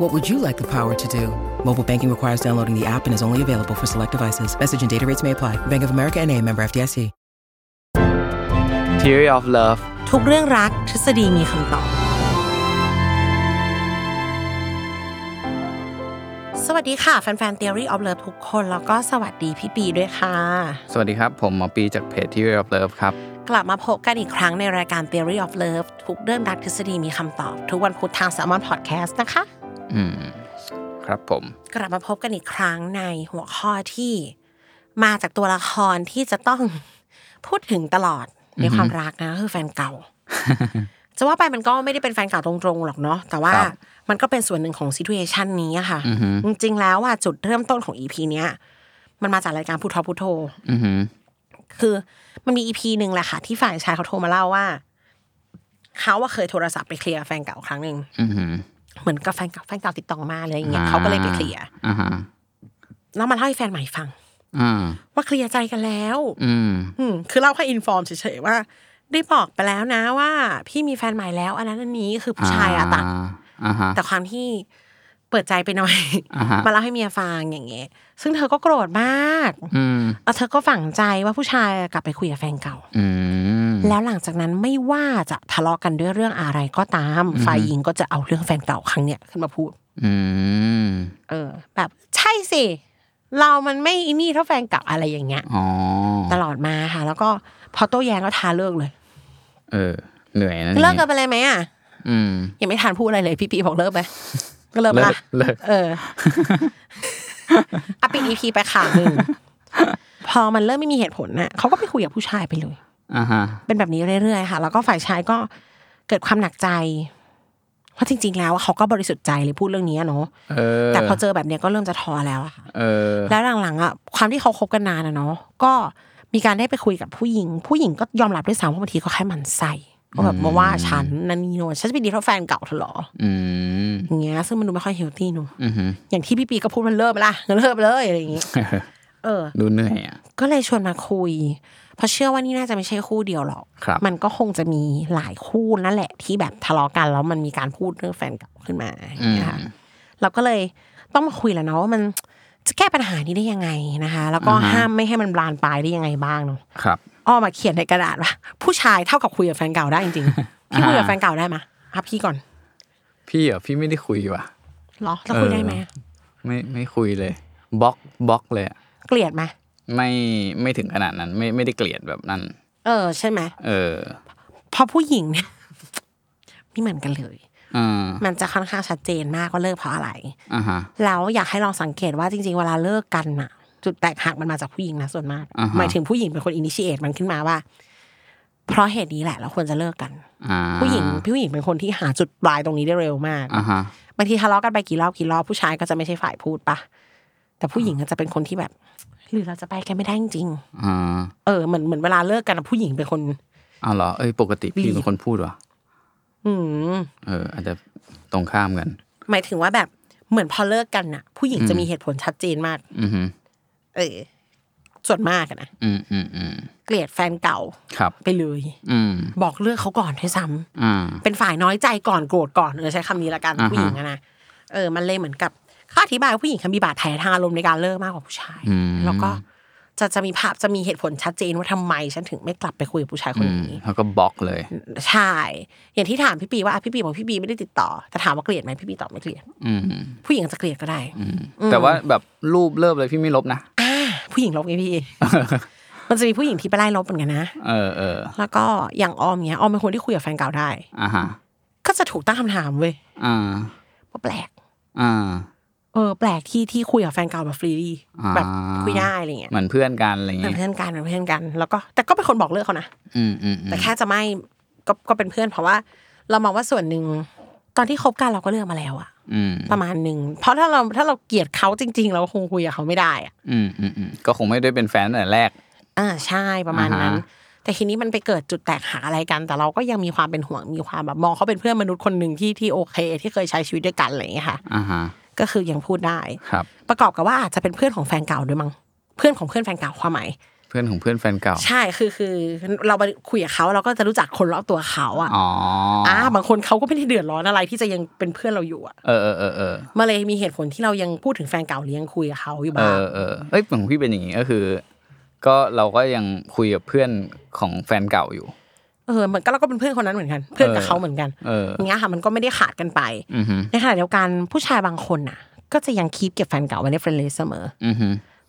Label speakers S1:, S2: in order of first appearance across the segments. S1: What would you like the power to do? Mobile banking requires downloading the app and is only available for select devices. Message and data rates may apply. Bank of America and a member FDIC.
S2: Theory of Love
S3: ทุกเรื่องรักทฤษฎีมีคำตอบ สวัสดีค่ะ แฟนๆ Theory of Love ทุกคน แล้วก็สวัสดีพี่ปีด้วยค่ะ
S2: สวัสดีครับ ผมหมอปีจากเพจ Theory of Love ครับ
S3: กลับมาพบกันอีกครั้งในรายการ Theory of Love ทุกเรื่องรักทฤษฎีมีคำตอบ ทุกวันพุธทาง s ซ l m o n Podcast นะคะ
S2: อืม ครับผม
S3: กลับมาพบกันอีกครั้งในหัวข้อที่ มาจากตัวละครที่จะต้อง พูดถึงตลอดในความรักนะคือแฟน เก่า จะว่าไปมันก็ไม่ได้เป็นแฟนเก่าตรงๆหรอกเนาะแต่ว่า
S2: ครับ
S3: มันก็เป็นส่วนหนึ่งของซีทูเอชันนี้อะค่ะ
S2: อือฮึ
S3: จริงๆแล้วอ่ะจุดเริ่มต้นของอีพีเนี้ยมันมาจากรายการพูทอพุทโธ
S2: อือหือ
S3: คือมันมีอีพีหนึ่งแหละค่ะ ที่ฝ่ายชายเขาโทรมาเล่าว่าเขาว่าเคยโทรศัพท์ไปเคลียร์กับแฟนเก่าครั้งหนึ่ง
S2: อือหือ
S3: เหมือนกับแฟนเก่าแฟนเก่าติดต่อมาเลยอย่างเงี้ย
S2: อ่
S3: เขาก็เลยไปเคลียร์
S2: อ่าฮะ
S3: แล้วมาเล่าให้แฟนใหม่ฟัง
S2: อ่า
S3: ว่าเคลียร์ใจกันแล้ว
S2: อืม
S3: อืมคือเล่าแค่อินฟอร์มเฉยๆว่า ได้บอกไปแล้วนะว่า พี่มีแฟนใหม่แล้วอันนั้นอันนี้คือผู้ชายอะตัด
S2: อ่าฮะ
S3: แต่ความที่เปิดใจไปหน่อย
S2: อ่าฮะ
S3: มาเล่าให้เมียฟังอย่างเงี้ยซึ่งเธอก็โกรธมาก
S2: อืม
S3: แล้วเธอก็ฝังใจว่าผู้ชายกลับไปคุยกับแฟนเก่า
S2: อืม
S3: แล้วหลังจากนั้นไม่ว่าจะทะเลาะกันด้วยเรื่องอะไรก็ตามฝ่ายหญิงก็จะเอาเรื่องแฟนเก่าครั้งเนี้ยขึ้นมาพูด
S2: อืม
S3: เออ แบบใช่สิ เรามันไม่อินี่เท่าแฟนเก่าอะไรอย่างเงี้ย
S2: อ๋อ
S3: ตลอดมาค่ะ แล้วก็พอโต้แย้งก็ท้าเลิกเลย
S2: เออ เหนื่อยนะนี่
S3: เลิกกันไปเลยไหมอ่ะ
S2: อืม
S3: ยังไม่ทันพูดอะไรเลย พี่ปีบอกเลิกไป ก็เลิกปะละ
S2: เลิกเลิก
S3: เออ อ่ะปิดอีพีไปค่ะหนึ่ง พอมันเริ่มไม่มีเหตุผลน่ะเขาก็ไปคุยกับผู้ชายไปเลย
S2: อ่าฮะ
S3: เป็นแบบนี้เรื่อยๆค่ะ แล้วก็ฝ่ายชายก็เกิดความหนักใจเพราะจริง ๆ แล้วเขาก็บริสุทธิ์ใจเลยพูดเรื่องนี้อะเนาะ
S2: เออ
S3: แต่พอเจอแบบเนี้ยก็เริ่มจะท้อแล้วอะค่ะ
S2: เออ
S3: แล้วหลังๆอะความที่เขาคบกันนานอะเนาะก็มีการได้ไปคุยกับผู้หญิง ผู้หญิงก็ยอมรับด้วยซ้ำว่าบางทีก็แค่หมันใส่ก็แบบมาว่าฉันนันนี่โนนฉันจะไปดีเท่าแฟนเก่าเธอเหรอ
S2: อืม
S3: อย่างเงี้ยซึ่งมันดูไม่ค่อยเฮลตี้เนอะ
S2: อือหื อ
S3: อย่างที่พี่ปีก็พูดมันเลิกไปละเลิกไปเลยอะไรอย่างงี้เออ
S2: ดูเหนื่อยอ่ะ
S3: ก็เลยชวนมาคุย เพราะเชื่อว่านี่น่าจะไม่ใช่คู่เดียวหรอก
S2: ครับ
S3: มันก็คงจะมีหลายคู่นั่นแหละที่แบบทะเลาะกันแล้วมันมีการพูดเรื่องแฟนเก่าขึ้นมาอย่างเงี้ยค่ะเราก็เลยต้องมาคุยแหล้วเนาะว่ามันจะแก้ปัญหานี้ได้ยังไงนะคะ แล้วก็ห้ามไม่ให้มันบานปลายได้ยังไงบ้างเนาะ
S2: ครับ
S3: อ้อมาเขียนในกระดาษว่าผู้ชายเท่ากับคุยกับแฟนเก่าได้จริงๆพี่คุยกับแฟนเก่าได้ไหมยอ่ะพี่ก่อน
S2: พี่เหรอพี่ไม่ได้คุยว่ะ
S3: เหรอเราคุยได้ไหมอะ
S2: ไม่ไม่คุยเลยบล็อกบล็อกเลยอะ
S3: เกลียดไหมย
S2: ไม่ไม่ถึงขนาดนั้น ไม่ไม่ได้เกลียดแบบนั้น
S3: เออใช่ไหมย
S2: เออ
S3: เพอผู้หญิงเนี่ย ไม่เหมือนกันเลย
S2: อ่า
S3: มันจะค่อนข้างชัดเจนมากว่าเลิกเพราะอะไร
S2: อ่าฮะ
S3: แล้วอยากให้ลองสังเกตว่าจริง ๆ เวลาเลิกกันอะจุดแตกหักมันมาจากผู้หญิงนะส่วนมาก
S2: อ่าฮะ
S3: หมายถึงผู้หญิงเป็นคนอินิชิเอตมันขึ้นมาว่า เพราะเหตุนี้แหละเราควรจะเลิกกัน
S2: อ่า
S3: ผู้หญิงผู้หญิงเป็นคนที่หาจุดปลายตรงนี้ได้เร็วมาก
S2: อ่าฮะ
S3: บางทีทะเลาะกันไปกี่รอบกี่รอบผู้ชายก็จะไม่ใช่ฝ่ายพูดปะแต่ผู้หญิงก็จะเป็นคนที่แบบหรือเราจะไปกันไม่ได้จริง
S2: อ่า
S3: ๆเออเหมือนเหมือนเวลาเลิกกันอะผู้หญิงเป็นคน
S2: เอาเหรอเอ้ยปกติพี่เป็นคนพูดวะ
S3: อืม
S2: เออ อาจจะตรงข้ามกัน
S3: หมายถึงว่าแบบเหมือนพอเลิกกันอะผู้หญิงจะมีเหตุผลชัดเจนมาก
S2: อือฮึ
S3: เออ ส่วนมากอะนะ
S2: อืมอืมอืม
S3: เกลียดแฟนเก่า
S2: ครับ
S3: ไปเลย
S2: อืม
S3: บอกเลือกเขาก่อนด้วยซ้ำ
S2: อ่า
S3: เป็นฝ่ายน้อยใจก่อนโกรธก่อนเออใช้คำนี้ละกัน
S2: อ่าฮะ
S3: ผู้หญิงอะนะเออมันเลยเหมือนกับเขาอธิบายว่าผู้หญิงเขามีบาดแผลทางอารมณ์ในการเลิกมากกว่าผู้ชาย แล้วก็ จะจะมีภาพจะมีเหตุผลชัดเจนว่าทำไมฉันถึงไม่กลับไปคุยกับผู้ชายคน
S2: อืม
S3: นี้
S2: แล้วก็บล็อกเลย
S3: ใช่ อย่างที่ถามพี่ปีว่าอ่ะพี่ปีบอกพี่ปีไม่ได้ติดต่อ แต่ถามว่าเกลียดไหมพี่ปีตอบไม่เกลียด
S2: อืม
S3: ผู้หญิงอาจจะเกลียดก็ได้
S2: อืมแต่ว่าแบบรูปเลิฟเลยพี่ไม่ลบนะ
S3: อ่า ผู้หญิงลบไงพี่ มันจะมีผู้หญิงที่ไปไล่ลบเหมือนกันนะ
S2: เออเออ
S3: แล้วก็อย่างออมเนี้ยออมเป็นคนที่คุยกับแฟนเก่าได้
S2: อ่าฮะ
S3: ก็จะถูกตั้งคำถามเว้ย
S2: อ่า
S3: ว่าแปลก
S2: อ่า
S3: เออแปลกที่ที่คุยกับแฟนเก่าแบบฟรีดี
S2: อ่า
S3: แบบคุยได้อะไรเงี้ย
S2: เหมือนเพื่อนกันอะไร
S3: เป็น
S2: เงี้ย
S3: เพื่อนกันเป็นเพื่อนกัน แล้วก็แต่ก็เป็นคนบอกเลิกเขานะ
S2: อืมอืมอืม
S3: แต่แค่จะไม่ก็ก็เป็นเพื่อน เพราะว่า เรามองว่าส่วนหนึ่งตอนที่คบกันเราก็เลือกมาแล้วอะ
S2: อืม
S3: ประมาณหนึ่งเพราะถ้าเราถ้าเราเกลียดเขาจริง ๆ เราคงคุยกับเขาไม่ได้อะ
S2: อืมอืมอืมก็คงไม่ได้เป็นแฟนตั้งแต่แรก
S3: อ่าใช่ประมาณนั้น
S2: อ่าฮะ
S3: แต่ทีนี้มันไปเกิดจุดแตกหักอะไรกัน แต่เราก็ยังมีความเป็นห่วงมีความแบบมองเขาเป็นเพื่อนมนุษย์คนหนึ่งที่ที่โอเค ที่เคยใช้ชีวิตด้วยกันอะไรอย่างเงี้ยค่ะ
S2: อ่าฮะ
S3: ก็คือยังพูดได้
S2: ครับ
S3: ประกอบกับว่าอาจจะเป็นเพื่อนของแฟนเก่าด้วยมั้งเพื่อนของเพื่อนแฟนเก่าความหมาย
S2: เพื่อนของเพื่อนแฟนเก่า
S3: ใช่คือคือเราไปคุยกับเขาเราก็จะรู้จักคนรอบตัวเขาอ่ะ
S2: อ๋ออ่
S3: อ่าบางคนเขาก็ไม่ได้เดือดร้อนอะไรที่จะยังเป็นเพื่อนเราอยู่อ่ะ
S2: เออเออเออเออ
S3: มาเลยมีเหตุผลที่เรายังพูดถึงแฟนเก่าหรือยังคุยกับเขาอยู่
S2: เอ
S3: บ้าง
S2: อเออเอ้ยของพี่เป็นอย่างนี้ก็คือ ก็เราก็ยังคุยกับเพื่อนของแฟนเก่าอยู่
S3: เออเหมือนก็เราก็เป็นเพื่อนคนนั้นเหมือนกัน เพื่อนกับ
S2: เออ
S3: เขาเหมือนกัน
S2: เออ
S3: อย่างเงี้ยค่ะมันก็ไม่ได้ขาดกันไป
S2: อือฮึ
S3: ในขณะเดียวกันผู้ชายบางคนน่ะ ก็จะยังคีบเก็บแฟนเก่าไว้ในเฟรนด์ลิสต์เสมอ
S2: อือฮึ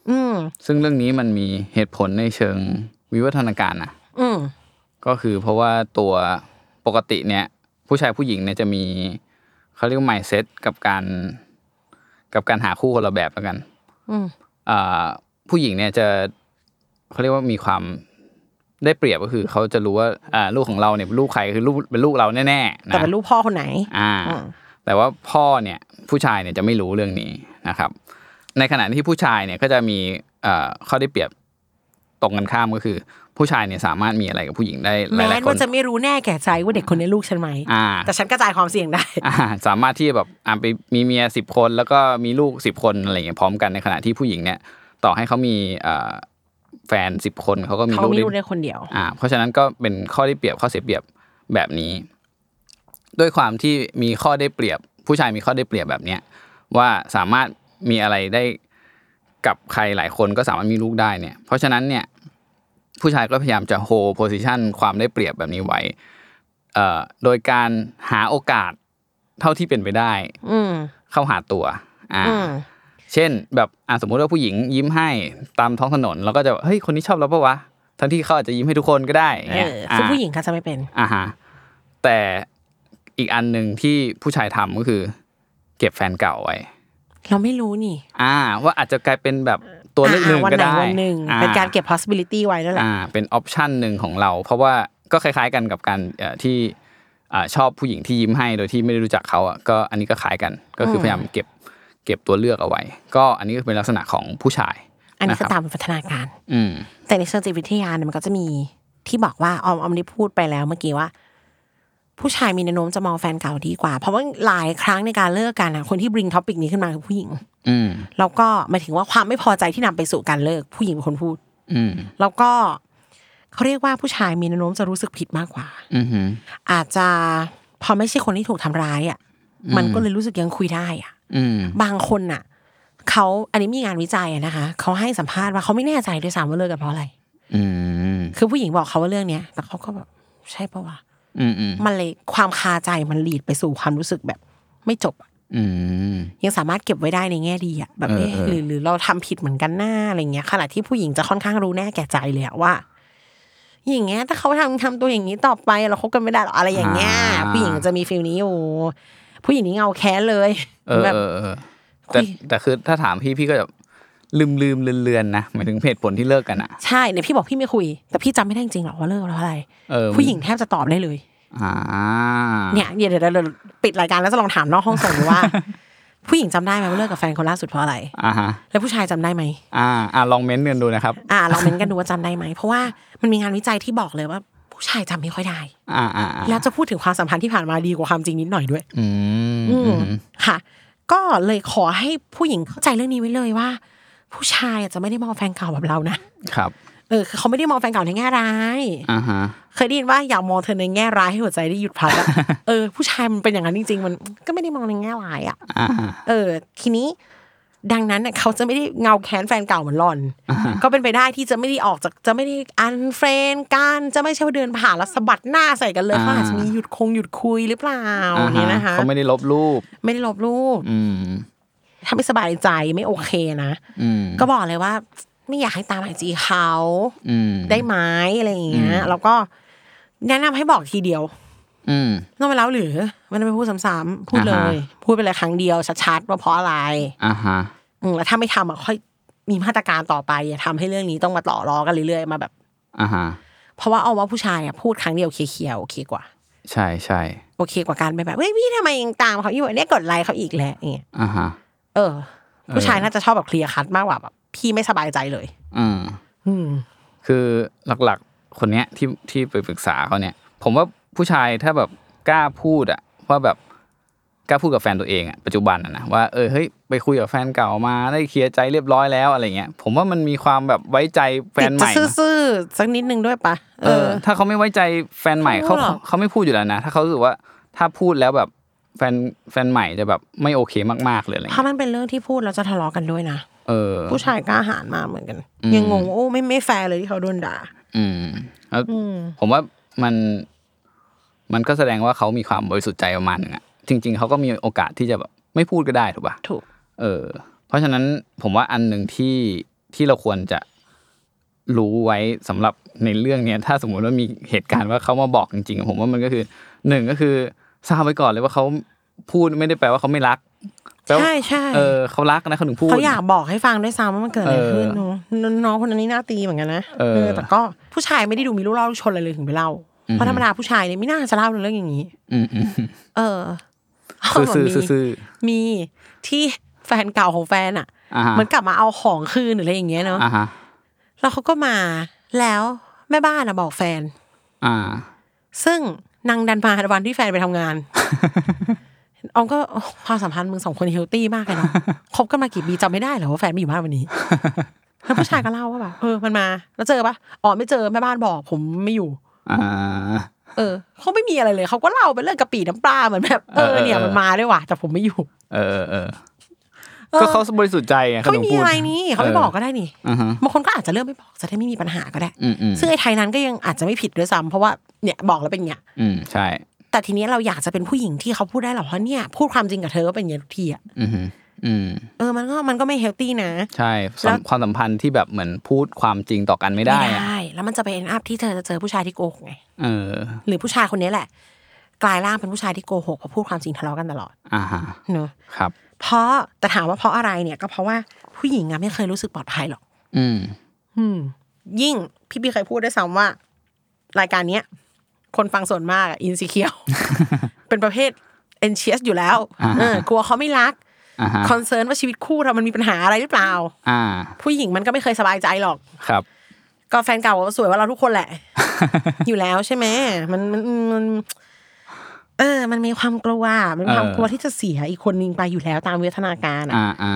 S3: อืม
S2: ซึ่งเรื่องนี้มันมีเหตุผลในเชิงวิวัฒนาการนะ
S3: อืม
S2: ก็คือเพราะว่าตัวปกติเนี่ย ผู้ชายผู้หญิงเนี่ยจะมีเขาเรียกว่า mindset กับการกับการหาคู่คนละแบบแล้วกัน
S3: อืม
S2: อ่าผู้หญิงเนี่ยจะเขาเรียกว่ามีความได้เปรียบก็คือเขาจะรู้ว่าอ่าลูกของเราเนี่ยเป็นลูกใครคือลูกเป็นลูกเราแน่ๆนะ
S3: แต่เป็นลูกพ่อคนไหน
S2: อ่า
S3: อืม
S2: แต่ว่าพ่อเนี่ยผู้ชายเนี่ยจะไม่รู้เรื่องนี้นะครับ ในขณะที่ผู้ชายเนี่ยก็จะมีเอ่อข้อได้เปรียบตรงกันข้ามก็คือ ผู้ชายเนี่ยสามารถมีอะไรกับผู้หญิงได้ห
S3: แม้
S2: ลายๆคน
S3: ว่าจะไม่รู้แน่แก่ใจว่าเด็กคนนี้ลูกฉันไหม
S2: อ่า
S3: แต่ฉันกระจายความเสี่ยงได้
S2: อ่าสามารถที่จะแบบอ่าไปมีเมียสิบคนแล้วก็มีลูกสิบคนอะไรอย่างเงี้ยพร้อมกันในขณะที่ผู้หญิงเนี่ย ต่อให้เขามีเอ่อแฟนสิบคนเขาก็มี
S3: เขา
S2: ลูก
S3: ไม่
S2: ได้
S3: รู้ได้คนเดียว
S2: อ่า เพราะฉะนั้นก็เป็นข้อได้เปรียบข้อเสียเปรียบแบบนี้ ด้วยความที่มีข้อได้เปรียบ ผู้ชายมีข้อได้เปรียบแบบเนี้ยว่าสามารถมีอะไรได้กับใครหลายคนก็สามารถมีลูกได้เนี่ย เพราะฉะนั้นเนี่ย ผู้ชายก็พยายามจะโฮโพสิชันความได้เปรียบแบบนี้ไว้เอ่อโดยการหาโอกาสเท่าที่เป็นไปได้
S3: อืม
S2: เข้าหาตัว อ่า
S3: อืม
S2: เช่น แบบอ่ะสมมุติว่าผู้หญิงยิ้มให้ตามท้องถนนเราก็จะแบบเฮ้ยคนนี้ชอบเราปะวะ ทั้งที่เขาอาจจะยิ้มให้ทุกคนก็ได้อย่าง
S3: เอ
S2: เงี้ย
S3: อ
S2: อ่า
S3: ซึ่งผู้หญิงเขาจะไม่เป็น
S2: อ่าฮะแต่อีกอันหนึ่งที่ผู้ชายทำก็คือ เก็บแฟนเก่าไว้
S3: เราไม่รู้นี่
S2: อ่า ว่าอาจจะกลายเป็นแบบตัวเลือกหนึ่ง
S3: อ่าวัน
S2: ก็
S3: ไหน
S2: ได้
S3: วันหนึ่ง
S2: อ่
S3: เป็นการเก็บ possibility ไว้นั่นแหละ
S2: อ่าเป็นออปชันหนึ่งของเรา เพราะว่าก็คล้ายๆกันกับการเอ่อที่อ่าชอบผู้หญิงที่ยิ้มให้โดยที่ไม่ได้รู้จักเขาอ่ะก็อันนี้ก็คล้ายกันก็คือพยายามเก็บเก็บตัวเลือกเอาไว้ ก็อันนี้ก็เป็นลักษณะของผู้ชาย
S3: อันนี้ก็
S2: นะครับ
S3: ตามพัฒนาการ
S2: อืม
S3: แต่ในเชิงจิตวิทยาเนี่ยมันก็จะมีที่บอกว่าออมออมได้พูดไปแล้วเมื่อกี้ว่า ผู้ชายมีแนวโน้มจะมองแฟนเก่าดีกว่า เพราะว่าหลายครั้งในการเลิกกันอะคนที่ bring topic นี้ขึ้นมาคือผู้หญิง
S2: อืม
S3: แล้วก็หมายถึงว่าความไม่พอใจที่นำไปสู่การเลิก ผู้หญิงเป็นคนพูด
S2: อืม
S3: แล้วก็เขาเรียกว่าผู้ชายมีแนวโน้มจะรู้สึกผิดมากกว่า
S2: อืมฮึ
S3: อาจจะพอไม่ใช่คนที่ถูกทำร้ายอ่ะมันก็เลยรู้สึกยังคุยได้อ่ะ
S2: อืม
S3: บางคนน่ะเขาอันนี้มีงานวิจัยอะนะคะเขาให้สัมภาษณ์ว่าเขาไม่แน่ใจด้วยซ้ำว่าเลิกกันเพราะอะไร
S2: อืม
S3: คือผู้หญิงบอกเขาว่าเรื่องเนี้ยแต่เขาก็แบบใช่ปะวะ
S2: อืมอืม
S3: มันเลยความคาใจมันหลีดไปสู่ความรู้สึกแบบ ไม่จบอะ
S2: อืม
S3: ยังสามารถเก็บไว้ได้ในแง่ดีอะแบบเอ๊ะ
S2: เออเออ
S3: หรือหรือเราทำผิดเหมือนกันหน้าอะไรเงี้ยขณะที่ผู้หญิงจะค่อนข้างรู้แน่แก่ใจเลยอะว่า อย่างเงี้ยถ้าเขาทำทำตัวอย่างนี้ต่อไปเราคบกันไม่ได้หรอกอะไรอย่างเงี้ยผู้หญิงจะมีฟีลนี้อยู่ผู้หญิงนี่เงาแค้นเลย
S2: เออ
S3: แบบ
S2: เออเออแต่
S3: คุย
S2: แต่คือถ้าถามพี่พี่ก็จะลืมลืมเลือนเลือนๆนะหมายถึงเหตุผลที่เลิกกันอ่ะ
S3: ใช่เนี่ยพี่บอกพี่ไม่คุย แต่พี่จำไม่ได้จริงๆหรอกว่าเลิกแล้วอะไร
S2: เออ
S3: ผู้หญิงแทบจะตอบได้เลย
S2: อ่า
S3: เนี่ยเดี๋ยวเดี๋ยวเดี๋ยวปิดรายการแล้วจะลองถามนอกห้องส่งดูว่า ผู้หญิงจำได้ไหมว่าเลิกกับแฟนคนล่าสุดเพราะอะไร
S2: อ่าฮะ
S3: แล้วผู้ชายจำได้ไหม
S2: อ่าอ่าลองเม้นต์กันดูนะครับ
S3: อ่าลองเม้นกันดูว่าจำได้ไหมเพราะว่ามันมีงานวิจัยที่บอกเลยว่า ผู้ชายจำไม่ค่อยได้
S2: อ่าอ่าอ่า
S3: แล้วจะพูดถึงความสัมพันธ์ที่ผ่านมาดีกว่าความจริงนิดหน่อยด้วย
S2: อืม
S3: อื
S2: อื
S3: ม
S2: ม
S3: ค่ะ ก็เลยขอให้ผู้หญิงเข้าใจเรื่องนี้ไว้เลยว่า ผู้ชายอาจจะไม่ได้มองแฟนเก่าแบบเรานะครับ เออคือเขาไม่ได้มองแฟนเก่าในแง่ร้าย
S2: อ่าฮะ
S3: เคยได้ยินว่าอย่ามองเธอในแง่ร้ายให้หัวใจได้หยุดพักอะ เออ ผู้ชายมันเป็นอย่างนั้นจริง ๆ มันก็ไม่ได้มองในแง่ร้ายอ่ะ
S2: อ่า
S3: เออ ทีนี้ ดังนั้นน่ะเขาจะไม่ได้เงาแค้นแฟนเก่าเหมือนหลอน ก็เป็นไปได้ที่จะไม่ได้ออกจากจะไม่ได้อันเฟรนกันจะไม่ใช่ว่าเดินผ่านแล้วสะบัดหน้าใส่กันเลย
S2: อ่า
S3: เขาอาจจะมีหยุดคงหยุดคุยหรือเปล่านี่นะคะ
S2: เขาไม่ได้ลบรูป
S3: ไม่ได้ลบรูป
S2: อืม
S3: ถ้าไม่สบายใจไม่โอเคนะ
S2: อืม
S3: ก็บอกเลยว่า ไม่อยากให้ตามไอจีเขา
S2: อืม
S3: ได้ไหมอะไรอย่างเงี้ยแล้วก็แนะนำให้บอกทีเดียว
S2: อืม
S3: นอกไปแล้วหรือไมันไปพูดซ้ำๆพูดเล
S2: อ่าฮะ
S3: ย พูดไปเลยครั้งเดียวชัดๆว่าเพราะอะไร
S2: อ่าฮะ
S3: อืมแล้วถ้าไม่ทำอ่ะค่อยมีมาตรการต่อไปอย่าทำให้เรื่องนี้ต้องมาต่อรอกันเรื่อยๆมาแบบ
S2: อ่าฮะ
S3: เพราะว่าเอาว่าผู้ชายอ่ะพูดครั้งเดียวเคลียร์ๆโอเคกว่า
S2: ใช่ใช่
S3: โอเคกว่าการไปแบบเฮ้ยพี่ทำไมยังตามเขาอยู่เนี่ยกดไลค์เขาอีกแล้วอย่างเงี้ย
S2: อ่าฮะ
S3: เออ ผู้ชายน่าจะชอบแบบเคลียร์คัดมากกว่าแบบพี่ไม่สบายใจเลย
S2: อืม
S3: อืม
S2: คือหลักๆ คนเนี้ยที่ที่ไปปรึกษาเขาเนี่ย ผมว่าผู้ชายถ้าแบบกล้าพูดอะว่าแบบกล้าพูดกับแฟนตัวเองอะปัจจุบันอะนะว่าเออเฮ้ยไปคุยกับแฟนเก่ามาได้เคลียร์ใจเรียบร้อยแล้วอะไรเงี้ยผมว่ามันมีความแบบไว้ใจแฟนใหม่
S3: ติดจะ
S2: นะ
S3: ซื่อๆสักนิดนึงด้วยปะ
S2: เออ ถ้าเขาไม่ไว้ใจแฟนใหม่เขาเขาเขาไม่พูดอยู่แล้วนะ ถ้าเขารู้สึกว่าถ้าพูดแล้วแบบแฟนแฟนใหม่จะแบบไม่โอเคมากๆเลยอะไร
S3: เพราะ
S2: เงี้ย
S3: มันเป็นเรื่องที่พูดแล้วจะทะเลาะกันด้วยนะ
S2: เออ
S3: ผู้ชายกล้าหาญมากเหมือนกัน ยังงงว่าโอ้ไม่ไม่แฟร์เลยที่เขาโดนด่า
S2: อืมแล้วผมว่ามันมันก็แสดงว่าเขามีความบริสุทธิ์ใจประมาณหนึงอะจริง ๆเขาก็มีโอกาสที่จะแบบไม่พูดก็ได้ถูกปะ
S3: ถูก
S2: เออ เพราะฉะนั้นผมว่าอันหนึ่งที่ที่เราควรจะรู้ไว้สำหรับในเรื่องเนี้ย ถ้าสมมุติว่ามีเหตุการณ์ว่าเขามาบอกจริงๆผมว่ามันก็คือหนึ่งก็คือทราบไว้ก่อนเลยว่าเขาพูดไม่ได้แปลว่าเขาไม่รักแปลว่า
S3: ใช่ใช่
S2: เออเขารักนะเขาถึงพูด
S3: เขาอยากบอกให้ฟังด้วยซ้ำว่ามันเกิดอะไรขึ้น
S2: เออ
S3: เนอะน้องคนนั้นนี่หน้าตีเหมือนกันนะ
S2: เออ
S3: เออแต่ก็ผู้ชายไม่ได้ดูมีลูกเล่าลูกชนอะไรเลยถึงไปเล่า
S2: อืม
S3: เพราะธรรมดาผู้ชายเนี่ยไม่น่าจะเล่าเรื่องอย่างนี้
S2: อืมอืม
S3: เออ
S2: ซื่อซื่อ
S3: มี
S2: ซื่อซื่อ
S3: มีที่แฟนเก่าของแฟนอ่ะ
S2: อ่าฮะ
S3: เหมันกลับมาเอาของคืนหรืออะไรอย่างเงี้ยเนาะ
S2: อ่าฮะ
S3: แล้วเขาก็มาแล้วแม่บ้านอะบอกแฟน
S2: อ่า
S3: ซึ่งนางดันมาวันที่แฟนไปทำงาน ออมก็โอ้ความสัมพันธ์มึงสองคนเฮลตี้มากเลย เนาะ คบกันมากี่ปีจำไม่ได้เหรอว่าแฟนไม่อยู่บ้านวันนี้ แล้วผู้ชายก็เล่าว่าแบบเออมันมา แล้วเจอปะอ๋อไม่เจอแม่บ้านบอก ผมไม่อยู่
S2: อ่า
S3: เออเขาไม่มีอะไรเลยเขาก็เล่าเป็นเรื่องกะปิน้ำปลาเหมือนแบบเออเนี่ยมันมาด้วยว่ะแต่ผมไม่อยู่
S2: เออเออเออก็เขาบริสุทธิ์ใจไง
S3: เขาไม่
S2: ถึง
S3: มี
S2: พูด
S3: อะไรนี่เขาไม่บอกก็ได้นี่
S2: อ่าฮะ
S3: บางคนก็อาจจะเริ่มไม่บอกจะได้ไม่มีปัญหาก็ได้
S2: อืมอืม
S3: ซึ่งไอ้ไทยนั้นก็ยังอาจจะไม่ผิดด้วยซ้ำเพราะว่าเนี่ยบอกแล้วเป็นอย่างเงี้ย
S2: อืมใช่
S3: แต่ทีนี้เราอยากจะเป็นผู้หญิงที่เขาพูดได้เหรอเพราะเนี่ยพูดความจริงกับเธอก็เป็นอย่างนี้ทุกทีอะ
S2: อืมอืม
S3: เออมันก็มันก็ไม่เฮลตี้นะ
S2: ใช่สัม
S3: แล้ว
S2: ความสัมพันธ์ที่แบบเหมือนพูดความจริงต่อกันไม่ได้
S3: ไม่
S2: อะ
S3: ได้ แล้วมันจะไปเอ็นอัพที่เธอจะเจอผู้ชายที่โกหกไง
S2: เออ
S3: หรือผู้ชายคนนี้แหละ กลายร่างเป็นผู้ชายที่โกหกเพราะพูดความจริงทะเลาะกันตลอด
S2: อ่าฮะ
S3: เนอะ
S2: ครับ
S3: เพราะแต่ถามว่าเพราะอะไรเนี่ยก็เพราะว่าผู้หญิงอะไม่เคยรู้สึกปลอดภัยหรอก
S2: อืม
S3: ยิ่งพี่บีเคยพูดด้วยซ้ำว่า รายการเนี้ยคนฟังส่วนมากอินซิเคี ยว เป็นประเภทเอนเชียสอยู่แล้วเออกลัวเขาไม่รัก
S2: อ่าฮะ
S3: คอนเซิร์นว่าชีวิตคู่เรามันมีปัญหาอะไรหรือเปล่า
S2: อ่า
S3: ผู้หญิงมันก็ไม่เคยสบายใจหรอก
S2: ครับ
S3: ก็แฟนเก่าก็สวยกว่าเราทุกคนแหละ อยู่แล้วใช่ไหมมันมันมันเออ มันมีความกลัวมันมีความ
S2: เออ
S3: กลัวที่จะเสียอีกคนนึงไปอยู่แล้วตามเวทนาการอะ
S2: อ่าอ่า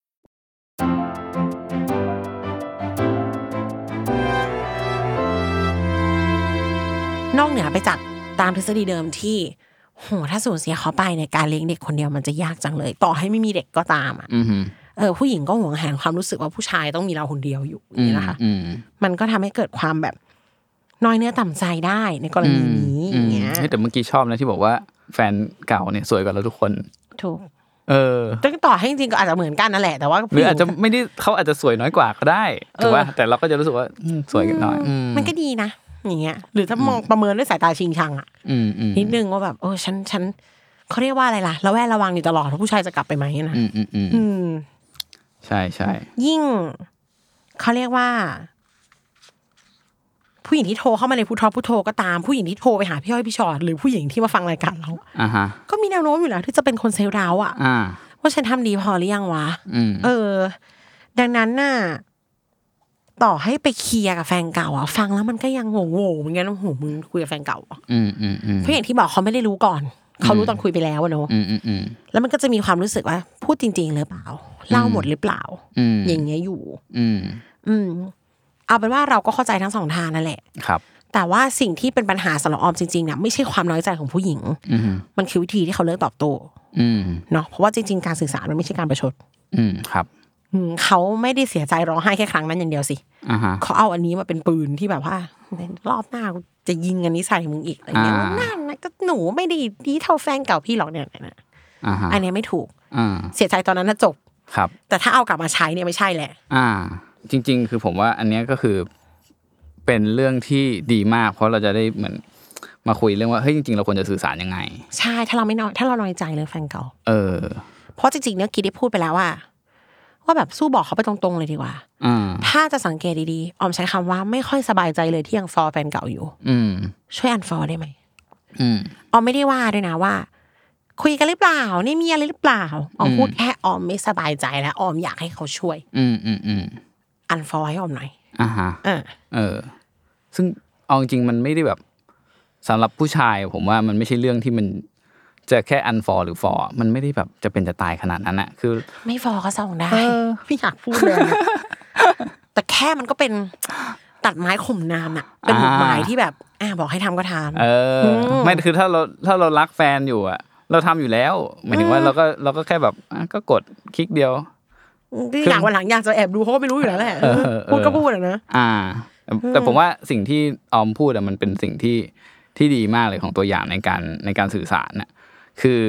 S3: นอกเหนือไปจากตามทฤษฎีเดิมที่โหถ้าสูญเสียเขาไปในยการเลี้ยงเด็กคนเดียวมันจะยากจังเลย ต่อให้ไม่มีเด็กก็ตามอะ
S2: อืมอืม
S3: เออผู้หญิงก็หวงแหนความรู้สึกว่าผู้ชายต้องมีเราคนเดียวอยู่
S2: อื
S3: นี่
S2: ม
S3: นะคะ
S2: อืม
S3: มันก็ทำให้เกิดความแบบน้อยเนื้อต่ำใจได้ในกรณีนี้
S2: อืม
S3: อย่างเงี้ย
S2: เฮ้ยแต่เมื่อกี้ชอบนะที่บอกว่าแฟนเก่าเนี่ยสวยกว่าเราทุกคน
S3: ถูก
S2: เออ
S3: แต่ก็ต่อให้จริงๆก็อาจจะเหมือนกันนั่นแหละแต่ว่า
S2: ห
S3: ผู้
S2: รือ
S3: หญิง
S2: อาจจะไม่ได้เขาอาจจะสวยน้อยกว่าก็ได้ถูกป่ะ
S3: เออ
S2: แต่เราก็จะรู้สึกว่าอืมสวยกันน้อยอืม
S3: มันก็ดีนะอย่างเงี้ยหรือถ้ามองประเมินด้วยสายตาชิงชังอะ
S2: อืมอืม
S3: นิดนึงว่าแบบเออฉันฉันเขาเรียกว่าอะไรล่ะระแวดระวังอยู่ตลอดว่าผู้ชายจะกลับไปไหมนะ
S2: อืมอืมอืม
S3: อืม
S2: ใช่ใช่
S3: ยิ่งเขาเรียกว่า ผ ผู้หญิงที่โทรเข้ามาในพูทอพูโทก็ตามผู้หญิงที่โทรไปหาพี่อ้อยพี่ชอตหรือผู้หญิงที่มาฟังรายการเรา
S2: อ่าฮะ
S3: ก็มีแนวโน้มอยู่แล้วที่จะเป็นคนเซลล์เราอะ
S2: อ่า
S3: ว่าฉันทำดีพอหรือยังวะ
S2: อืม
S3: เออ ดังนั้นน่ะ ต่อให้ไปเคลียร์กับแฟนเก่าอะฟังแล้วมันก็ยังงงๆเหมือนกันว่าโหมึงคุยกับแฟนเก่าเหรอ
S2: อืมอืมอืม
S3: เพราะอย่างที่บอกเขาไม่ได้รู้ก่อน เขารู้ตอนคุยไปแล้วอะเนอะ
S2: อืมอืมอืม
S3: แล้วมันก็จะมีความรู้สึกว่า พูดจริง ๆ หรือเปล่าเล่าหมดหรือเปล่า
S2: อืม
S3: อย่างเงี้ยอยู่
S2: อืม
S3: อืม เอาเป็นว่าเราก็เข้าใจทั้งสองทางนั่นแหละ
S2: ครับ
S3: แต่ว่าสิ่งที่เป็นปัญหาสำหรับออมจริงๆเนี่ยไม่ใช่ความน้อยใจของผู้หญิง
S2: อืม
S3: มันคือวิธีที่เขาเลือกตอบโต้
S2: อืม
S3: เนาะเพราะว่าจริงๆการสื่อสารมันไม่ใช่การประชด
S2: อืมครับ
S3: อืมเขาไม่ได้เสียใจร้องไห้แค่ครั้งนั้นอย่างเดียวสิ
S2: อ่าฮะ
S3: เขาเอาอันนี้มาเป็นปืนที่แบบว่า รอบหน้ากูจะยิงอันนี้ใส่มึงอีกอะไรเงี้ย
S2: อ่า
S3: นั่นนะก็หนูไม่ได้ดีเท่าแฟนเก่าพี่หรอกเนี่ยเนี่ยเนี่ย
S2: อ่าฮะ
S3: อันเนี้ยไม่ถูก
S2: อ่า
S3: เสียใจตอนนั้นนะจบ
S2: ครับ
S3: แต่ถ้าเอากลับมาใช้เนี่ยไม่ใช่แหละ
S2: อ่า จริง ๆ คือผมว่าอันเนี้ยก็คือเป็นเรื่องที่ดีมาก เพราะเราจะได้เหมือนมาคุยเรื่องว่าเฮ้ยจริงๆเราควรจะสื่อสารยังไง
S3: ใช่ถ้าเราไม่น้อยถ้าเราน้อยใจเรื่องแฟนเก่า
S2: เออ
S3: เพราะจริงๆเนี่ยกีได้พูดไปแล้วว่าว่าแบบสู้บอกเขาไปตรงๆเลยดีกว่า
S2: อ่า
S3: ถ้าจะสังเกตดีๆ ออมใช้คำว่าไม่ค่อยสบายใจเลยที่ยังฟอลแฟนเก่าอยู่
S2: อืม
S3: ช่วยอันฟอลได้ไหม
S2: อืม
S3: ออมไม่ได้ว่าด้วยนะว่า คุยกันหรือเปล่านี่มีอะไรหรือเปล่าออมพูดแค่ออมไม่สบายใจและออมอยากให้เขาช่วย
S2: อืมอืมอืม
S3: อันฟอลให้ออมหน่อย
S2: อ่าฮะ
S3: เออ
S2: เออ ซึ่งเอาจริงๆมันไม่ได้แบบสำหรับผู้ชาย ผมว่ามันไม่ใช่เรื่องที่มันจะแค่อันฟอร์หรือฟอร์มันไม่ได้แบบจะเป็นจะตายขนาดนั้นอะคือ
S3: ไม่ฟอลก็ส่งได้
S2: เออ
S3: ไม่อยากพูดเลยอะ แต่แค่มันก็เป็นตัดไม้ข่มน้ำอะเป็นบทหมายที่แบบอ่ะบอกให้ทำก็ทำ
S2: เอออไม่คือถ้าเราถ้าเรารักแฟนอยู่อะเราทำอยู่แล้วหมายถึงว่าเราก็เราก็แค่แบบอ่ะก็กดคลิกเดียว
S3: ที่อยากวันหลังอยากจะแอบดูเขาก็ไม่รู้อยู่แล้วแหละ
S2: เออเออ
S3: พูดก็พูดอะนะ
S2: อ่า แต่ผมว่าสิ่งที่ออมพูดอะมันเป็นสิ่งที่ที่ดีมากเลยของตัวอย่างในการในการสื่อสารน่ะคือ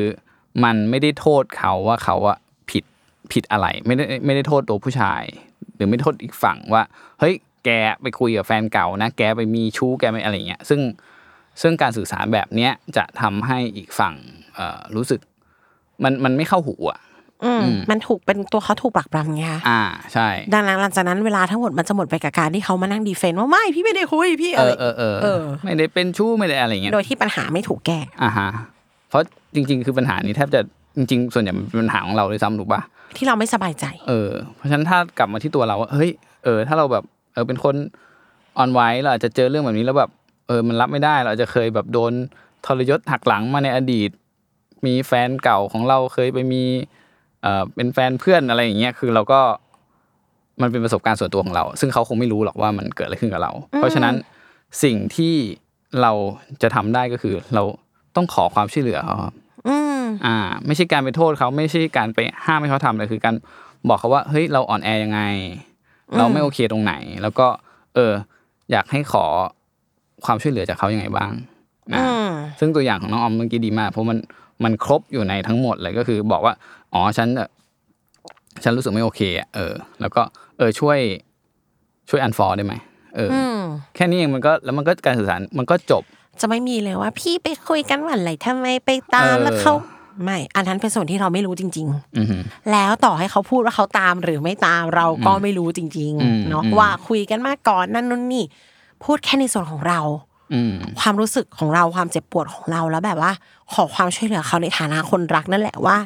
S2: มันไม่ได้โทษเขาว่าเขาอะผิดผิดอะไร ไม่ได้ไม่ได้โทษตัวผู้ชาย หรือไม่โทษอีกฝั่งว่า เฮ้ยแกไปคุยกับแฟนเก่านะ แกไปมีชู้แกไปอะไรอย่างเงี้ยซึ่งซึ่งการสื่อสารแบบเนี้ยจะทำให้อีกฝั่งเอ่อรู้สึก มันมันไม่เข้าหูอ่ะ
S3: อืมมันถูกเป็นตัวเขาถูกปลักปรำไงคะ
S2: อ่าใช่
S3: ดังนั้นหลังจากนั้นเวลาทั้งหมดมันจะหมดไปกับการที่เขามานั่งดีเฟนต์ว่าไม่พี่ไม่ได้คุยพี่
S2: เอ
S3: อะไร
S2: อเออเออ
S3: เออ
S2: ไม่ได้เป็นชู้ไม่ได้อะไรอย่างเงี้ย
S3: โดยที่ปัญหาไม่ถูกแก้
S2: อ่าฮะ เพราะจริง ๆ คือปัญหานี้แทบจะจริง ๆ ส่วนใหญ่มันเป็นปัญหาของเราด้วยซ้ำถูกปะ
S3: ที่เราไม่สบายใจ
S2: เออ เพราะฉะนั้นถ้ากลับมาที่ตัวเราว่าเฮ้ย เออ ถ้าเราแบบ เออ เป็นคนอ่อนไหวเราอาจจะเจอเรื่องแบบนี้แล้วแบบ เออ มันรับไม่ได้ เราอาจจะเคยแบบโดนทรยศหักหลังมาในอดีต มีแฟนเก่าของเราเคยไปมี เออเป็นแฟนเพื่อนอะไรอย่างเงี้ย คือเราก็ มันเป็นประสบการณ์ส่วนตัวของเรา ซึ่งเขาคงไม่รู้หรอกว่ามันเกิดอะไรขึ้นกับเรา เพราะฉะนั้นสิ่งที่เราจะทำได้ก็คือ เราต้องขอความช่วยเหลือเขาครับ
S3: อืม
S2: อ่าไม่ใช่การไปโทษเขาไม่ใช่การไปห้ามให้เขาทำเลยคือการบอกเขาว่าเฮ้ยเราอ่อนแอยังไง เราไม่โอเคตรงไหน แล้วก็เอออยากให้ขอความช่วยเหลือจากเขายังไงบ้างนะ
S3: อืม
S2: ซึ่งตัวอย่างของน้องออมเมื่อกี้ดีมาก เพราะมันมันครบอยู่ในทั้งหมดเลยก็คือ บอกว่าอ๋อฉันเอ่อฉันรู้สึกไม่โอเคอะเออ แล้วก็เออช่วยช่วยอันฟอร์ได้ไหมเอออ
S3: อืม
S2: แค่นี้เองมันก็แล้วมันก็การสื่อสารมันก็จบ
S3: จะไม่มีเลยว่าพี่ไปคุยกันวันไหนทำไมไปตาม
S2: เออ
S3: แล้วเขาไม่อันนั้นเป็นส่วนที่เราไม่รู้จริง ๆ
S2: อือหือ
S3: แล้วต่อให้เขาพูดว่าเขาตามหรือไม่ตามเราก็ไม่รู้จริง
S2: อืม
S3: ๆเนาะ
S2: อืม
S3: ว่าคุยกันมาก่อนนั่นนู่นนี่ พูดแค่ในส่วนของเรา
S2: อืม
S3: ความรู้สึกของเราความเจ็บปวดของเราแล้วแบบว่า ขอความช่วยเหลือเขาในฐานะคนรักนั่นแหละว่า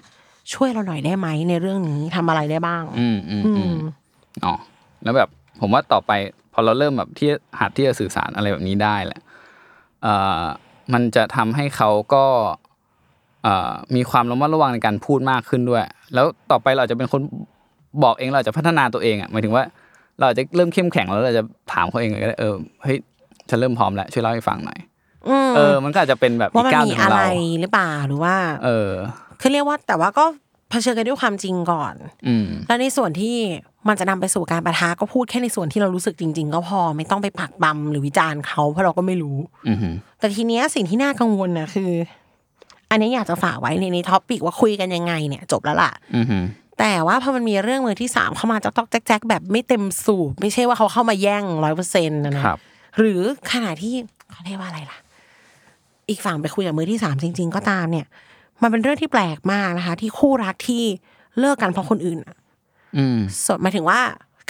S3: ช่วยเราหน่อยได้ไหมในเรื่องนี้ทำอะไรได้บ้าง
S2: อืมอืมอืมอ๋อแล้วแบบผมว่าต่อไปพอเราเริ่มแบบที่หัดที่จะสื่อสารอะไรแบบนี้ได้แหละเอ่อมันจะทำให้เขาก็เอ่อมีความระมัดระวังในการพูดมากขึ้นด้วย แล้วต่อไปเราอาจจะเป็นคนบอกเองเราอาจจะพัฒนาตัวเองอ่ะหมายถึงว่า เราอาจจะเริ่มเข้มแข็งแล้วเราจะถามเขาเองก็ได้เออเฮ้ยฉันเริ่มพร้อมแล้วช่วยเล่าให้ฟังหน่อย
S3: อืม
S2: เออ มันก็อาจจะเป็นแบบ
S3: ว่า
S2: อีก
S3: มัน
S2: ก้าวห
S3: มี
S2: นึ่งขอ
S3: อะ
S2: ง
S3: ไร
S2: เรา
S3: หรือเปล่าหรือว่า
S2: เออ
S3: คือเรียกว่าแต่ว่าก็เผชิญกันด้วยความจริงก่อน
S2: อืม
S3: แล้วในส่วนที่มันจะนำไปสู่การประทะก็พูดแค่ในส่วนที่เรารู้สึกจริง ๆ ก็พอไม่ต้องไปผลักบํหรือวิจารณ์เขาเพราะเราก็ไม่รู้
S2: อืม
S3: แต่ทีเนี้ยสิ่งที่น่ากังวลนะคือ อันนี้อยากจะฝากไว้ในในท็อปปิกว่าคุยกันยังไงเนี่ย จบแล้วล่ะ
S2: อืม
S3: แต่ว่าพอมันมีเรื่องมือที่สามเข้ามาจอกตอกแจ๊กแจ๊กแบบไม่เต็มสูบ ไม่ใช่ว่าเขาเข้ามาแย่งร้อยเปอร์เซ็นต์นะนะครับ หรือขณะที่เขาเรียกว่าอะไรล่ะ อีกฝั่งไปคุยกับมือที่สามจริง ๆ ก็ตามเนี่ย มันเป็นเรื่องที่แปลกมากนะคะ ที่คู่รักที่เลิกกันเพราะคนอื่นอะ
S2: อืม
S3: ส่วนหมายถึงว่า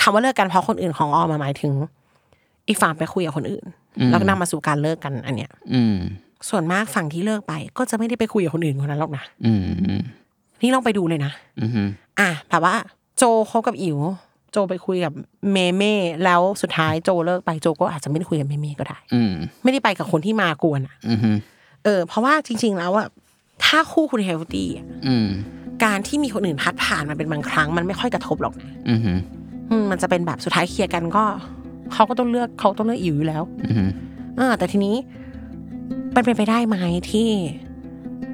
S3: คำว่าเลิกกันเพราะคนอื่นของออมอะหมายถึง อีกฝั่งไปคุยกับคนอื่น แล้วก็นำมาสู่การเลิกกันอันเนี้ย
S2: อืม
S3: ส่วนมากฝั่งที่เลิกไป ก็จะไม่ได้ไปคุยกับคนอื่นคนนั้นหรอกนะ
S2: อืม
S3: นี่ลองไปดูเลยนะ
S2: อืม อืม
S3: อ่ะแบบว่าโจคบกับอิ๋วโจไปคุยกับเมเม่แล้วสุดท้ายโจเลิกไปโจก็อาจจะไม่ได้คุยกับเมเม่ก็ได้
S2: อืม
S3: ไม่ได้ไปกับคนที่มากวนอ่ะ
S2: อืม
S3: เออเพราะว่าจริง ๆ แล้วอ่ะถ้าคู่คุณเฮลตี้อะ
S2: อืม
S3: การที่มีคนอื่นพัดผ่านมันเป็นบางครั้งมันไม่ค่อยกระทบหรอกนะ
S2: อืม อืม
S3: อืมมันจะเป็นแบบสุดท้ายเคลียร์กันก็เขาก็ต้องเลือกเขาต้องเลือกอิ๋วอยู่แล้ว
S2: อืม
S3: เออแต่ทีนี้มันเป็นไปได้ไหมที่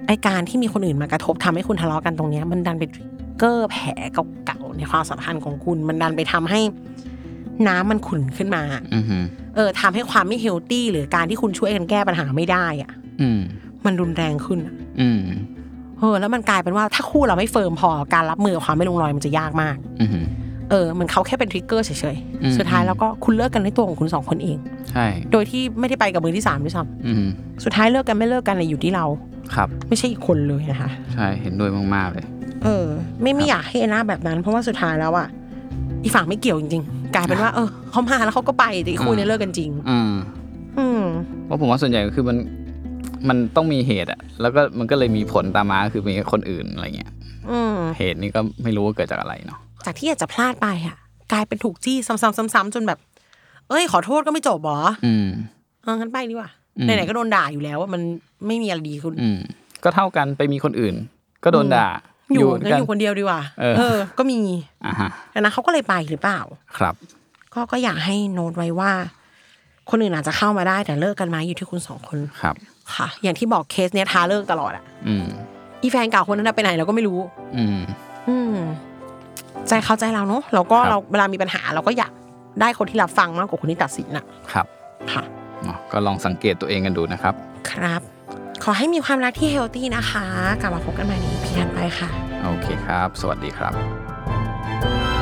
S3: ไอการที่มีคนอื่นมากระทบทำให้คุณทะเลาะกันตรงเนี้ย มันดันไปทริกเกอร์แผลเก่าๆในความสัมพันธ์ของคุณ มันดันไปทำให้น้ำมันขุ่นขึ้นมา
S2: อืม
S3: เออทำให้ความไม่เฮลตี้หรือการที่คุณช่วยกันแก้ปัญหาไม่ได้อ่ะ
S2: อืม
S3: มันรุนแรงขึ้นอะ
S2: อืม
S3: เออแล้วมันกลายเป็นว่าถ้าคู่เราไม่เฟิร์มพอการรับมือกับความไม่ลงรอยมันจะยากมาก
S2: อืม
S3: เออเหมันเขาแค่เป็นทริกเกอร์เฉย
S2: อืม
S3: ๆสุดท้ายแล้วก็คุณเลิกกันในตัวของคุณสองคนเอง
S2: ใช่
S3: โดยที่ไม่ได้ไปกับมือที่สามด้วยซ้
S2: อืม
S3: ำสุดท้ายเลิกกันไม่เลิกกันอะไรอยู่ที่เรา
S2: ครับ
S3: ไม่ใช่อีกคนเลยนะคะ
S2: ใช่ เห็นด้วยมาก ๆ เลย
S3: เออ ไม่ไม่อยากให้เอล่าแบบนั้น เพราะว่าสุดท้ายแล้วอ่ะ อีฝั่งไม่เกี่ยวจริงๆ กลายเป็นว่า เออเขามาแล้วเขาก็ไปแต่อีกคู่เนี่ยเลิกกันจริง
S2: อืม
S3: อืม
S2: เพราะผมว่าส่วนใหญ่ก็คือมัน มันต้องมีเหตุอะ แล้วก็มันก็เลยมีผลตามมาก็คือมีคนอื่นอะไรเงี้ย
S3: อืม
S2: เหตุนี้ก็ไม่รู้ว่าเกิดจากอะไรเนาะ
S3: จากที่อาจจะพลาดไปอ่ะ กลายเป็นถูกจี้ซ้ำๆซ้ำๆจนแบบ เอ้ย ขอโทษก็ไม่จบหรอ
S2: อืม
S3: เอองั้นไปดีกว่า
S2: อืม
S3: ไหนๆก็โดนด่าอยู่แล้วว่ามันไม่มีอะไรดีคุณ
S2: อืม ก็เท่ากันไปมีคนอื่น ก็โดนด่า
S3: อยู่งั้นอยู่คนเดียวดีกว่า
S2: เออ
S3: ก็มี
S2: อ่าฮะ
S3: อันนะเขาก็เลยไปหรือเปล่า
S2: ครับ
S3: ก็ก็อยากให้โน้ตไว้ว่า คนอื่นอาจจะเข้ามาได้แต่เลิกกันไหมอยู่ที่คุณสองคน
S2: ครับ
S3: ค่ะ อย่างที่บอกเคสเนี้ยท้าเลิกตลอดอะ
S2: อืม
S3: อีแฟนเก่าคนนั้นนะไปไหนเราก็ไม่รู้
S2: อืม
S3: อืม ใจเขาใจเราเนอะเราก็
S2: ครับ
S3: เราเวลามีปัญหาเราก็อยากได้คนที่รับฟังมากกว่าคนที่ตัดสินอะ
S2: ครับ
S3: ค่ะ
S2: เนาะก็ลองสังเกตตัวเองกันดูนะครับ
S3: ครับ ขอให้มีความรักที่เฮลตี้นะคะ กลับมาพบกันใหม่ใน EP ถัดไปค่ะ
S2: โอเคครับ สวัสดีครับ